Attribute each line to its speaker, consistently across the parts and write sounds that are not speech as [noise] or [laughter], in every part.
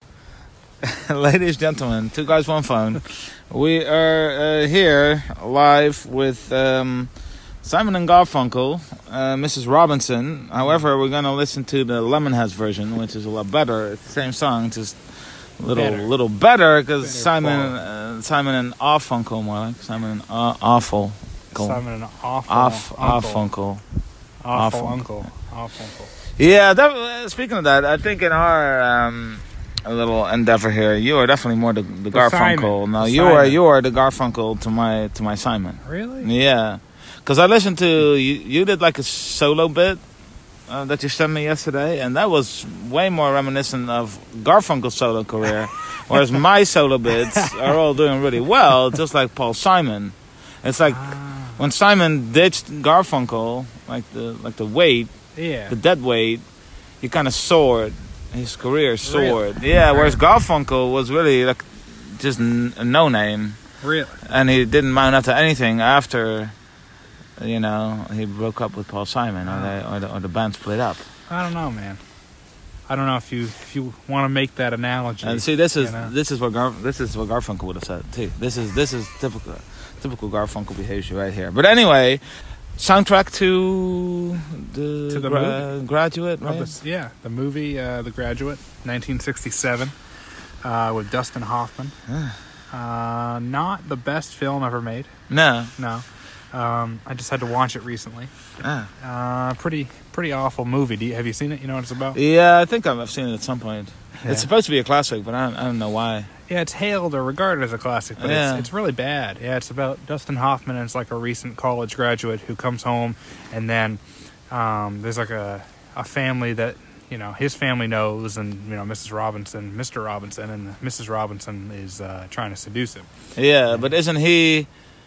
Speaker 1: [laughs] ladies, gentlemen, two guys, one phone. we are uh, here live with um, Simon and Garfunkel, uh, Mrs. Robinson. However, we're going to listen to the Lemonheads version, which is a lot better. It's the same song, just a little
Speaker 2: Better.
Speaker 1: little better because
Speaker 2: Better
Speaker 1: Simon
Speaker 2: quality.
Speaker 1: uh, Simon and Awfunkel more like Simon and uh, Awful.
Speaker 2: Simon, an awful
Speaker 1: Off, off
Speaker 2: uncle.
Speaker 1: uncle.
Speaker 2: Awful
Speaker 1: awful
Speaker 2: uncle. Awful uncle.
Speaker 1: Yeah, that, uh, speaking of that, I think in our um, little endeavor here, you are definitely more the, the,
Speaker 2: The Simon.
Speaker 1: Garfunkel. No,
Speaker 2: The
Speaker 1: you are
Speaker 2: Simon.
Speaker 1: you are the Garfunkel to my to my Simon.
Speaker 2: Really?
Speaker 1: Yeah, because I listened to you. You did like a solo bit uh, that you sent me yesterday, and that was way more reminiscent of Garfunkel's solo
Speaker 2: [laughs]
Speaker 1: career, whereas my solo bits are all doing really well, just like Paul Simon. It's like
Speaker 2: Ah,
Speaker 1: when Simon ditched Garfunkel, like the like the weight
Speaker 2: yeah.
Speaker 1: the dead weight, he kind of soared. His career soared.
Speaker 2: Right.
Speaker 1: Yeah, whereas Garfunkel was really like just n- a no name,
Speaker 2: Really?
Speaker 1: and he didn't mount up to anything after. You know, he broke up with Paul Simon, or, they, or, the, or the band split up.
Speaker 2: I don't know, man. I don't know if you if you want to make that analogy.
Speaker 1: and see, this
Speaker 2: you
Speaker 1: is
Speaker 2: know.
Speaker 1: this is what Gar- this is what Garfunkel would have said too. This is this is typical typical Garfunkel behavior right here. But anyway, soundtrack to the,
Speaker 2: To the
Speaker 1: graduate,
Speaker 2: Well,
Speaker 1: right?
Speaker 2: this- yeah, the movie uh, The Graduate, 1967, uh, with
Speaker 1: [sighs]
Speaker 2: Dustin Hoffman. uh, not the best film ever made.
Speaker 1: No,
Speaker 2: No, um, I just had to watch it recently.
Speaker 1: Ah.
Speaker 2: Uh, pretty pretty awful movie. Do you, have you seen it? You know what it's about?
Speaker 1: Yeah, I think I've I've seen it at some point.
Speaker 2: Yeah.
Speaker 1: It's supposed to be a classic, but I don't, I don't know why.
Speaker 2: Yeah, it's hailed or regarded as a classic, but
Speaker 1: Yeah.
Speaker 2: it's, it's really bad. Yeah, it's about Dustin Hoffman and it's like a recent college graduate who comes home, and then um, there's like a a family that you know his family knows, and you know Mrs. Robinson, Mr. Robinson, and Mrs. Robinson is uh, trying to seduce him.
Speaker 1: Yeah, but isn't he?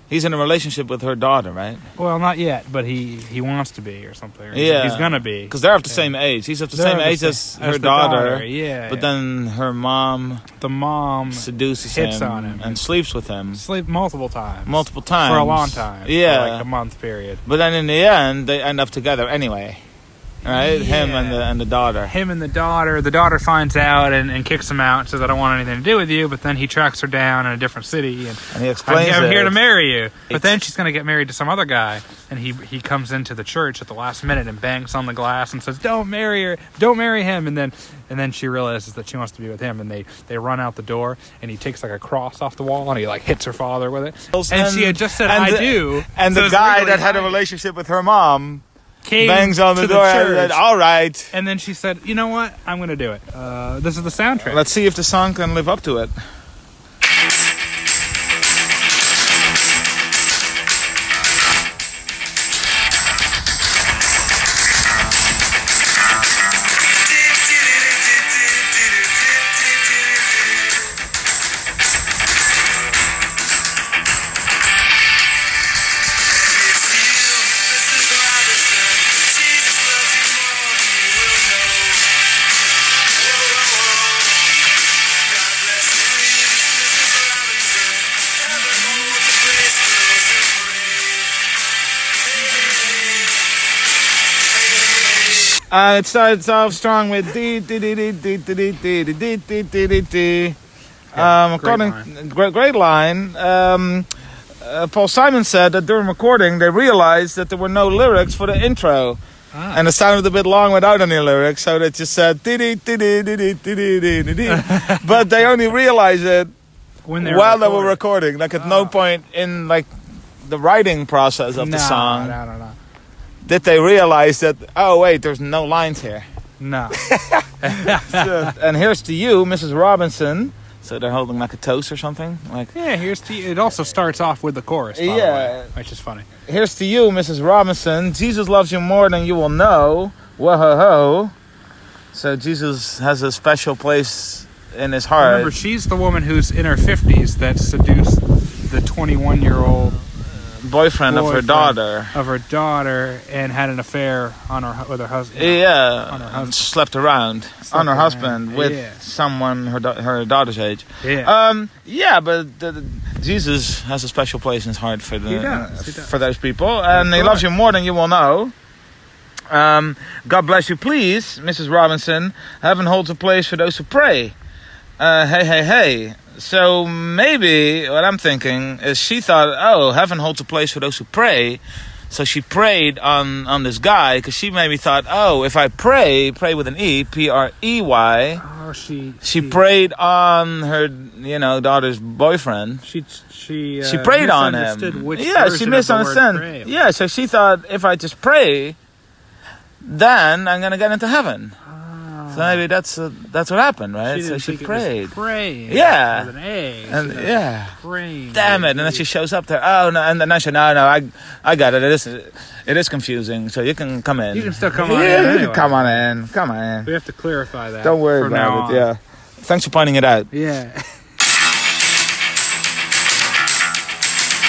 Speaker 1: He's in a relationship with her daughter, right?
Speaker 2: Well, not yet, but he he wants to be or something. or he's-
Speaker 1: Yeah.
Speaker 2: he's gonna be
Speaker 1: Because they're of the
Speaker 2: Yeah.
Speaker 1: same age. He's of the
Speaker 2: They're
Speaker 1: same
Speaker 2: the
Speaker 1: age
Speaker 2: same-
Speaker 1: as her
Speaker 2: the
Speaker 1: daughter.
Speaker 2: Yeah,
Speaker 1: But
Speaker 2: yeah.
Speaker 1: then her mom
Speaker 2: the mom
Speaker 1: seduces
Speaker 2: hits
Speaker 1: him,
Speaker 2: on him.
Speaker 1: and sleeps with him
Speaker 2: sleep multiple times,
Speaker 1: multiple times
Speaker 2: for a long time. for
Speaker 1: Yeah.
Speaker 2: like a month period.
Speaker 1: but then in the end, they end up together anyway, right? Him and the
Speaker 2: Yeah.
Speaker 1: and the daughter.
Speaker 2: him and the daughter. The daughter finds out and, and kicks him out, says, I don't want anything to do with you. But then he tracks her down in a different city and
Speaker 1: And he
Speaker 2: I'm,
Speaker 1: explains
Speaker 2: I'm here
Speaker 1: it.
Speaker 2: to marry you. But
Speaker 1: It's-
Speaker 2: then she's going to get married to some other guy. And he, he comes into the church at the last minute and bangs on the glass and says, Don't marry her. Don't marry him. And then and then she realizes that she wants to be with him. And they, they run out the door and he takes like a cross off the wall and he like hits her father with it. And, she had just said,
Speaker 1: and
Speaker 2: I
Speaker 1: the-
Speaker 2: do.
Speaker 1: And
Speaker 2: So
Speaker 1: the
Speaker 2: it's
Speaker 1: guy
Speaker 2: really
Speaker 1: that had a
Speaker 2: nice.
Speaker 1: relationship with her mom
Speaker 2: Came
Speaker 1: bangs on the
Speaker 2: to
Speaker 1: door and
Speaker 2: church.
Speaker 1: said, "All right."
Speaker 2: and then she said, "You know what? I'm going to do it. Uh, this is the soundtrack."
Speaker 1: Let's see if the song can live up to it. Uh, it starts off strong with dee dee dee dee dee dee dee dee dee dee dee dee dee.
Speaker 2: Yeah,
Speaker 1: Um,
Speaker 2: great
Speaker 1: according great, great line. Um, uh, Paul Simon said that during recording they realized that there were no lyrics for the intro,
Speaker 2: Ah.
Speaker 1: and it sounded a bit long without any lyrics, so they just said dee dee dee dee dee dee dee dee dee
Speaker 2: [laughs]
Speaker 1: dee. But they only realized it
Speaker 2: when they
Speaker 1: while they were
Speaker 2: recording.
Speaker 1: recording.
Speaker 2: Ah.
Speaker 1: Like at no point in like the writing process of the
Speaker 2: No,
Speaker 1: song
Speaker 2: No, no, no,
Speaker 1: did they realize that oh wait, there's no lines
Speaker 2: [laughs]
Speaker 1: here.
Speaker 2: no.
Speaker 1: So- and here's to you, Mrs. Robinson. So they're holding like a toast or something. Like
Speaker 2: yeah, here's to you. It also starts off with the chorus. by the
Speaker 1: Yeah.
Speaker 2: way, which is funny.
Speaker 1: here's to you, Mrs. Robinson. Jesus loves you more than you will know. Whoa ho ho. So Jesus has a special place in his heart.
Speaker 2: Remember, she's the woman who's in her fifties that seduced the twenty-one-year-old
Speaker 1: boyfriend of her
Speaker 2: Boyfriend.
Speaker 1: daughter.
Speaker 2: of her daughter and had an affair on her hu- with her husband.
Speaker 1: Yeah,
Speaker 2: On her
Speaker 1: and
Speaker 2: husband.
Speaker 1: slept around on
Speaker 2: Slept
Speaker 1: her
Speaker 2: around,
Speaker 1: husband with
Speaker 2: yeah.
Speaker 1: someone her da- her daughter's age.
Speaker 2: Yeah.
Speaker 1: Um, yeah, but the, the- Jesus has a special place in his heart for the
Speaker 2: He does, he does.
Speaker 1: for those people, and
Speaker 2: Of
Speaker 1: he loves you
Speaker 2: course.
Speaker 1: more than you will know. Um, God bless you, please, Mrs. Robinson. Heaven holds a place for those who pray. uh, hey, hey, hey. So maybe what I'm thinking is she thought, oh, heaven holds a place for those who pray. So she preyed on, on this guy because she maybe thought, oh, if I pray, pray with an E, P R E Y.
Speaker 2: Oh, she.
Speaker 1: She preyed on her, you know, daughter's boyfriend.
Speaker 2: She she uh,
Speaker 1: She preyed on
Speaker 2: misunderstood
Speaker 1: him.
Speaker 2: Which
Speaker 1: yeah, she
Speaker 2: version of the word pray.
Speaker 1: misunderstood. Yeah, so she thought if I just pray, then I'm gonna get into heaven.
Speaker 2: Ah.
Speaker 1: So maybe that's uh, that's what happened, right?
Speaker 2: She
Speaker 1: so
Speaker 2: didn't
Speaker 1: she
Speaker 2: think it was
Speaker 1: prayed.
Speaker 2: praying.
Speaker 1: Yeah.
Speaker 2: With an A.
Speaker 1: And
Speaker 2: so
Speaker 1: yeah,
Speaker 2: Praying.
Speaker 1: damn it! And then she shows up there. Oh no! And then I said, no, no, I, I got it. It is, it is confusing. So you can come in.
Speaker 2: You can still come on
Speaker 1: Yeah,
Speaker 2: in
Speaker 1: you can
Speaker 2: anyway.
Speaker 1: come on in. Come on in.
Speaker 2: We have to clarify that.
Speaker 1: Don't worry
Speaker 2: from
Speaker 1: about it.
Speaker 2: now
Speaker 1: Yeah. Thanks for pointing it out.
Speaker 2: on. Yeah.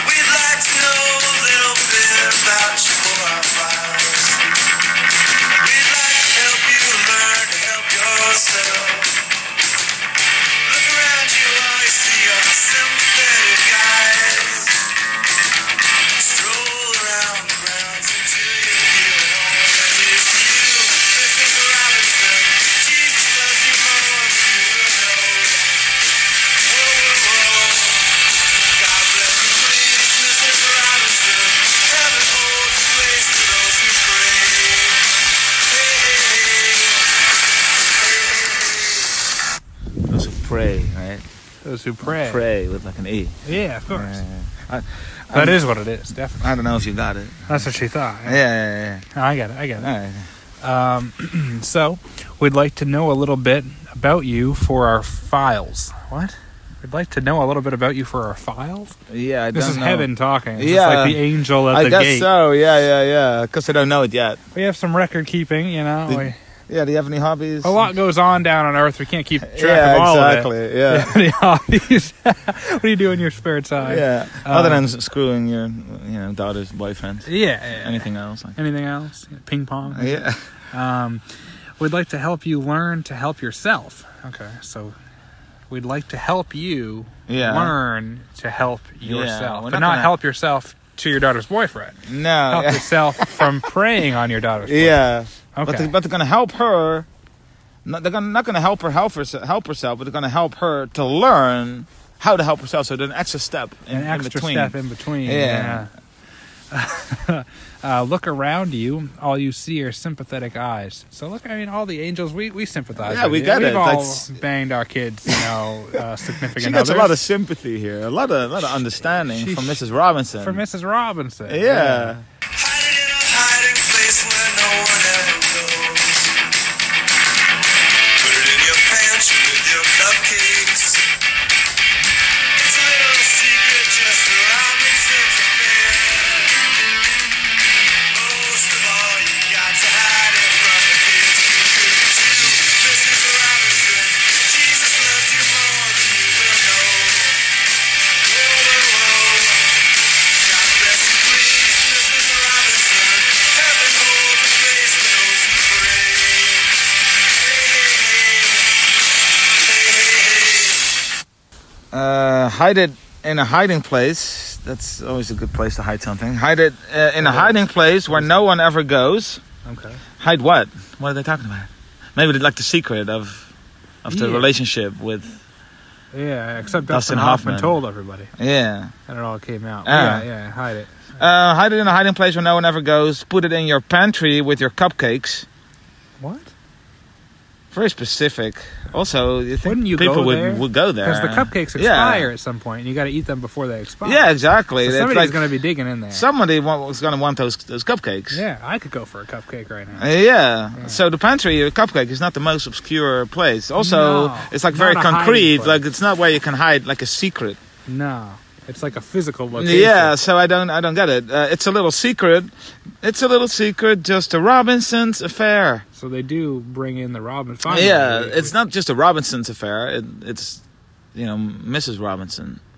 Speaker 3: We'd like to know a little bit about you for our files. We'd like to help you learn to help yourself. Look around you, all you see are sympathetic eyes. Stroll around the grounds until you feel home. And it's you, Mrs. Robinson. Jesus loves you more than you will know. Whoa, whoa, whoa. God bless you, please, Mrs. Robinson. Heaven holds a place for those who pray. Hey, hey, hey.
Speaker 1: Those who pray, right?
Speaker 2: [laughs] Those who pray.
Speaker 1: Pray with like an E.
Speaker 2: Yeah, of course.
Speaker 1: I-
Speaker 2: That is what it is, definitely.
Speaker 1: I don't know if you got it.
Speaker 2: That's what she thought.
Speaker 1: Yeah, yeah,
Speaker 2: I got it. I got
Speaker 1: yeah.
Speaker 2: it.
Speaker 1: All right.
Speaker 2: Um, so, we'd like to know a little bit about you for our files. What? We'd like to know a little bit about you for our files.
Speaker 1: Yeah, I
Speaker 2: This
Speaker 1: don't
Speaker 2: is
Speaker 1: know.
Speaker 2: heaven talking. It's
Speaker 1: Yeah.
Speaker 2: like the angel at
Speaker 1: I
Speaker 2: the
Speaker 1: guess
Speaker 2: gate.
Speaker 1: so. Yeah, yeah, yeah. Because I don't know it yet.
Speaker 2: We have some record keeping, you know.
Speaker 1: Did-
Speaker 2: we-
Speaker 1: Yeah. Do you have any hobbies?
Speaker 2: a lot goes on down on Earth. We can't keep Oh, track
Speaker 1: yeah,
Speaker 2: of all
Speaker 1: exactly.
Speaker 2: [laughs] of it.
Speaker 1: Yeah.
Speaker 2: Any hobbies? [laughs] what do you do in your
Speaker 1: [laughs]
Speaker 2: spare
Speaker 1: Yeah.
Speaker 2: time?
Speaker 1: Other
Speaker 2: Um,
Speaker 1: than screwing your, you know, daughter's boyfriend.
Speaker 2: Yeah, yeah.
Speaker 1: Anything else? Like,
Speaker 2: Anything else? Ping pong.
Speaker 1: yeah.
Speaker 2: [laughs] Um, we'd like to help you learn to help yourself. Okay, so we'd like to help you
Speaker 1: Yeah.
Speaker 2: learn to help
Speaker 1: Yeah,
Speaker 2: yourself,
Speaker 1: we're
Speaker 2: but
Speaker 1: not
Speaker 2: not
Speaker 1: gonna- Oh,
Speaker 2: help yourself to your daughter's boyfriend.
Speaker 1: No.
Speaker 2: Help yourself from preying on your
Speaker 1: [laughs]
Speaker 2: daughter's.
Speaker 1: yeah.
Speaker 2: boyfriend.
Speaker 1: But,
Speaker 2: Okay.
Speaker 1: they, but they're gonna help her. Not, they're gonna, not gonna help her help, herse- help herself, but they're gonna help her to learn how to help herself. So there's an extra step in,
Speaker 2: an extra
Speaker 1: in between.
Speaker 2: step in between.
Speaker 1: Yeah.
Speaker 2: yeah. [laughs] uh, look around you. All you see are sympathetic eyes. So look, I mean, all the angels. We we sympathize.
Speaker 1: Yeah,
Speaker 2: with
Speaker 1: we
Speaker 2: you.
Speaker 1: get
Speaker 2: We've
Speaker 1: it.
Speaker 2: all
Speaker 1: That's-
Speaker 2: banged our kids, you
Speaker 1: [laughs]
Speaker 2: know, uh, significant
Speaker 1: she gets a
Speaker 2: others.
Speaker 1: lot of sympathy here, a lot of, a lot of understanding
Speaker 2: she-
Speaker 1: from Mrs. Robinson.
Speaker 2: for Mrs. Robinson.
Speaker 1: yeah.
Speaker 3: Hiding in a hiding place where no one ever goes. Put it in your pantry with your cupcakes. It's a little secret, just the Robinson's affair. Most of all, you got to hide it from the kids who treat you. Mrs. Robinson, Jesus loves you more than you will know. Whoa, whoa, whoa. God bless you, please, Mrs. Robinson. Heaven holds a place for those who pray. Hey, hey, hey, hey, hey, hey.
Speaker 1: uh, hide it in a hiding place. That's always a good place to hide something. Hide it uh, in a hiding place where no one ever goes.
Speaker 2: Okay.
Speaker 1: Hide what? What are they talking about? Maybe they like the secret of of the
Speaker 2: Yeah.
Speaker 1: relationship with
Speaker 2: Yeah, except
Speaker 1: Dustin
Speaker 2: Dustin, Hoffman.
Speaker 1: Hoffman.
Speaker 2: told everybody,
Speaker 1: yeah.
Speaker 2: and it all came out.
Speaker 1: Ah.
Speaker 2: Yeah, yeah, hide it.
Speaker 1: Uh, hide it in a hiding place where no one ever goes. Put it in your pantry with your cupcakes.
Speaker 2: What?
Speaker 1: Very specific. Also, you think
Speaker 2: Wouldn't you
Speaker 1: people
Speaker 2: go
Speaker 1: would
Speaker 2: there?
Speaker 1: would go there
Speaker 2: Because the cupcakes
Speaker 1: Yeah.
Speaker 2: expire at some point, and you got to eat them before they expire.
Speaker 1: Yeah, exactly.
Speaker 2: so
Speaker 1: It's
Speaker 2: somebody's
Speaker 1: like
Speaker 2: going to be digging in there.
Speaker 1: somebody wa- was going to want those those cupcakes.
Speaker 2: yeah, I could go for a cupcake right now.
Speaker 1: Uh, yeah. So the pantry or cupcake is not the most obscure place. Also,
Speaker 2: No,
Speaker 1: it's like
Speaker 2: not
Speaker 1: very
Speaker 2: a hiding
Speaker 1: concrete.
Speaker 2: place.
Speaker 1: Like it's not where you can hide like a secret.
Speaker 2: No, it's like a physical location.
Speaker 1: Yeah. So I don't. I don't get it. Uh, it's a little secret. It's a little secret. Just a Robinson's affair.
Speaker 2: So they do bring in the Robin. Finally,
Speaker 1: yeah.
Speaker 2: We-
Speaker 1: It's not just a Robinson's affair. It, it's you know Mrs. Robinson. in-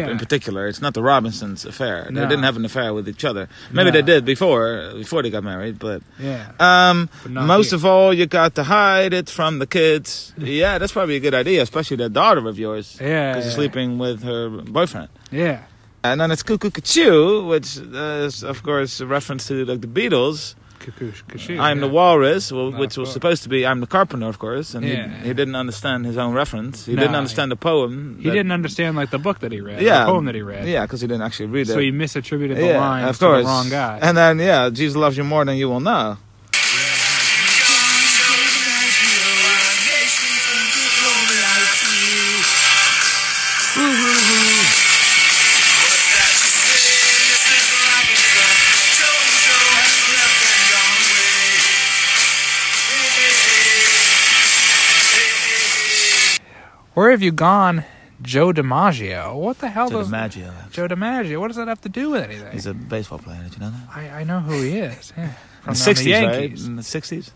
Speaker 2: Yeah.
Speaker 1: In particular, it's not the Robinsons' affair. They
Speaker 2: No.
Speaker 1: didn't have an affair with each other. Maybe
Speaker 2: No.
Speaker 1: they did before, before they got married. But
Speaker 2: Yeah.
Speaker 1: um,
Speaker 2: But
Speaker 1: [laughs]
Speaker 2: not
Speaker 1: Most
Speaker 2: here.
Speaker 1: of all, you got to hide it from the
Speaker 2: [laughs]
Speaker 1: kids. yeah, that's probably a good idea, especially that daughter of yours. [laughs]
Speaker 2: Yeah.
Speaker 1: Because she's sleeping with her boyfriend.
Speaker 2: Yeah.
Speaker 1: And then it's Cuckoo Cachoo, which uh, is, of course, a reference to like the Beatles.
Speaker 2: Kukush, Kushu.
Speaker 1: I'm the
Speaker 2: yeah.
Speaker 1: walrus, well,
Speaker 2: No,
Speaker 1: which
Speaker 2: of
Speaker 1: was
Speaker 2: course.
Speaker 1: supposed to be I'm the carpenter, of course, and
Speaker 2: Yeah.
Speaker 1: he, he didn't understand his own reference. He
Speaker 2: No,
Speaker 1: didn't
Speaker 2: he-
Speaker 1: understand the poem.
Speaker 2: He
Speaker 1: that-
Speaker 2: didn't understand like the book that he read,
Speaker 1: Yeah.
Speaker 2: the poem that he read.
Speaker 1: Yeah, because he didn't actually read
Speaker 2: So
Speaker 1: it.
Speaker 2: he misattributed the
Speaker 1: yeah,
Speaker 2: lines
Speaker 1: of
Speaker 2: to the
Speaker 1: course.
Speaker 2: wrong guy.
Speaker 1: And then yeah, Jesus loves you more than you will know.
Speaker 2: Where have you gone, Joe DiMaggio? What the hell does
Speaker 1: Maggio.
Speaker 2: Joe DiMaggio? What does that have to do with anything?
Speaker 1: a baseball player. Did you know that?
Speaker 2: I, I know who he is. Yeah. From
Speaker 1: In
Speaker 2: the
Speaker 1: the 60s, right?
Speaker 2: Yankees.
Speaker 1: In the 60s.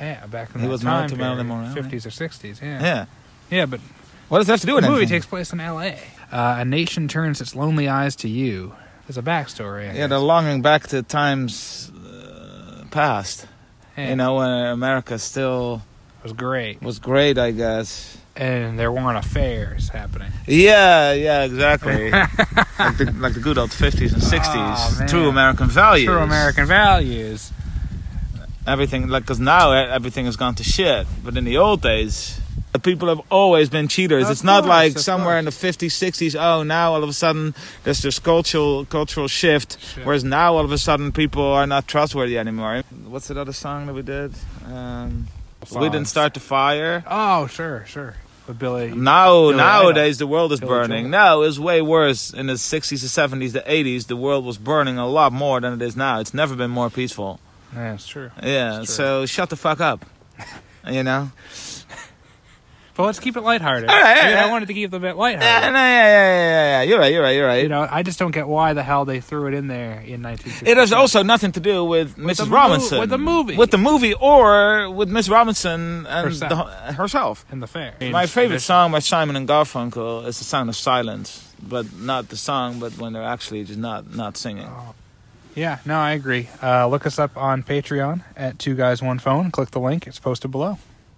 Speaker 2: Yeah, back in
Speaker 1: He
Speaker 2: that
Speaker 1: was married
Speaker 2: time
Speaker 1: to Marilyn
Speaker 2: period,
Speaker 1: Monroe, right?
Speaker 2: 50s or 60s. Yeah.
Speaker 1: Yeah.
Speaker 2: Yeah, but
Speaker 1: What does that have to do
Speaker 2: the
Speaker 1: with
Speaker 2: movie
Speaker 1: anything?
Speaker 2: takes place in L.A. Uh, a nation turns its lonely eyes to you. There's a backstory. I
Speaker 1: Yeah, they're
Speaker 2: guess.
Speaker 1: longing back to times uh, past.
Speaker 2: Yeah,
Speaker 1: You know, when America still
Speaker 2: it was great,
Speaker 1: was great, I guess.
Speaker 2: and there weren't affairs happening.
Speaker 1: Yeah, yeah, exactly.
Speaker 2: [laughs]
Speaker 1: like, the, like the good old 50s and 60s.
Speaker 2: Aw, man.
Speaker 1: true American values.
Speaker 2: True American values.
Speaker 1: Everything, like, because now e- everything has gone to shit. But in the old days, the people have always been cheaters.
Speaker 2: Of
Speaker 1: it's not
Speaker 2: course,
Speaker 1: like
Speaker 2: of
Speaker 1: somewhere
Speaker 2: course.
Speaker 1: in the 50s, 60s, oh, now all of a sudden there's this cultural, cultural shift.
Speaker 2: Shit.
Speaker 1: Whereas now all of a sudden people are not trustworthy anymore. What's that other song that we did? Um, we didn't
Speaker 2: Songs.
Speaker 1: start the fire.
Speaker 2: Oh, sure, sure. But Billy,
Speaker 1: Now,
Speaker 2: Billy
Speaker 1: nowadays, the world is
Speaker 2: Billy
Speaker 1: burning.
Speaker 2: Joel.
Speaker 1: No, it's way worse. In the 60s, the 70s, the 80s, the world was burning a lot more than it is now. It's never been more peaceful.
Speaker 2: yeah, it's true.
Speaker 1: Yeah,
Speaker 2: It's
Speaker 1: so shut the fuck up. [laughs] You know?
Speaker 2: But let's keep it lighthearted.
Speaker 1: All right, all
Speaker 2: Dude,
Speaker 1: right.
Speaker 2: I wanted to keep the
Speaker 1: Yeah,
Speaker 2: bit
Speaker 1: no, [laughs] yeah,
Speaker 2: lighthearted.
Speaker 1: yeah, yeah, yeah, yeah. You're right, you're right, you're
Speaker 2: You
Speaker 1: right.
Speaker 2: know, I just don't get why the hell they threw it in there in 1960.
Speaker 1: It has also nothing to do with,
Speaker 2: the
Speaker 1: Mrs.
Speaker 2: mo-
Speaker 1: Robinson.
Speaker 2: with the movie.
Speaker 1: With the movie or with Miss Robinson and
Speaker 2: Herself.
Speaker 1: The, herself.
Speaker 2: in the fair.
Speaker 1: My favorite song by Simon and Garfunkel is The Sound of Silence, but not the song, but when they're actually just not, not singing.
Speaker 2: Yeah, no, I agree. Uh, look us up on Patreon at Two Guys One Phone. Click the link; it's posted below.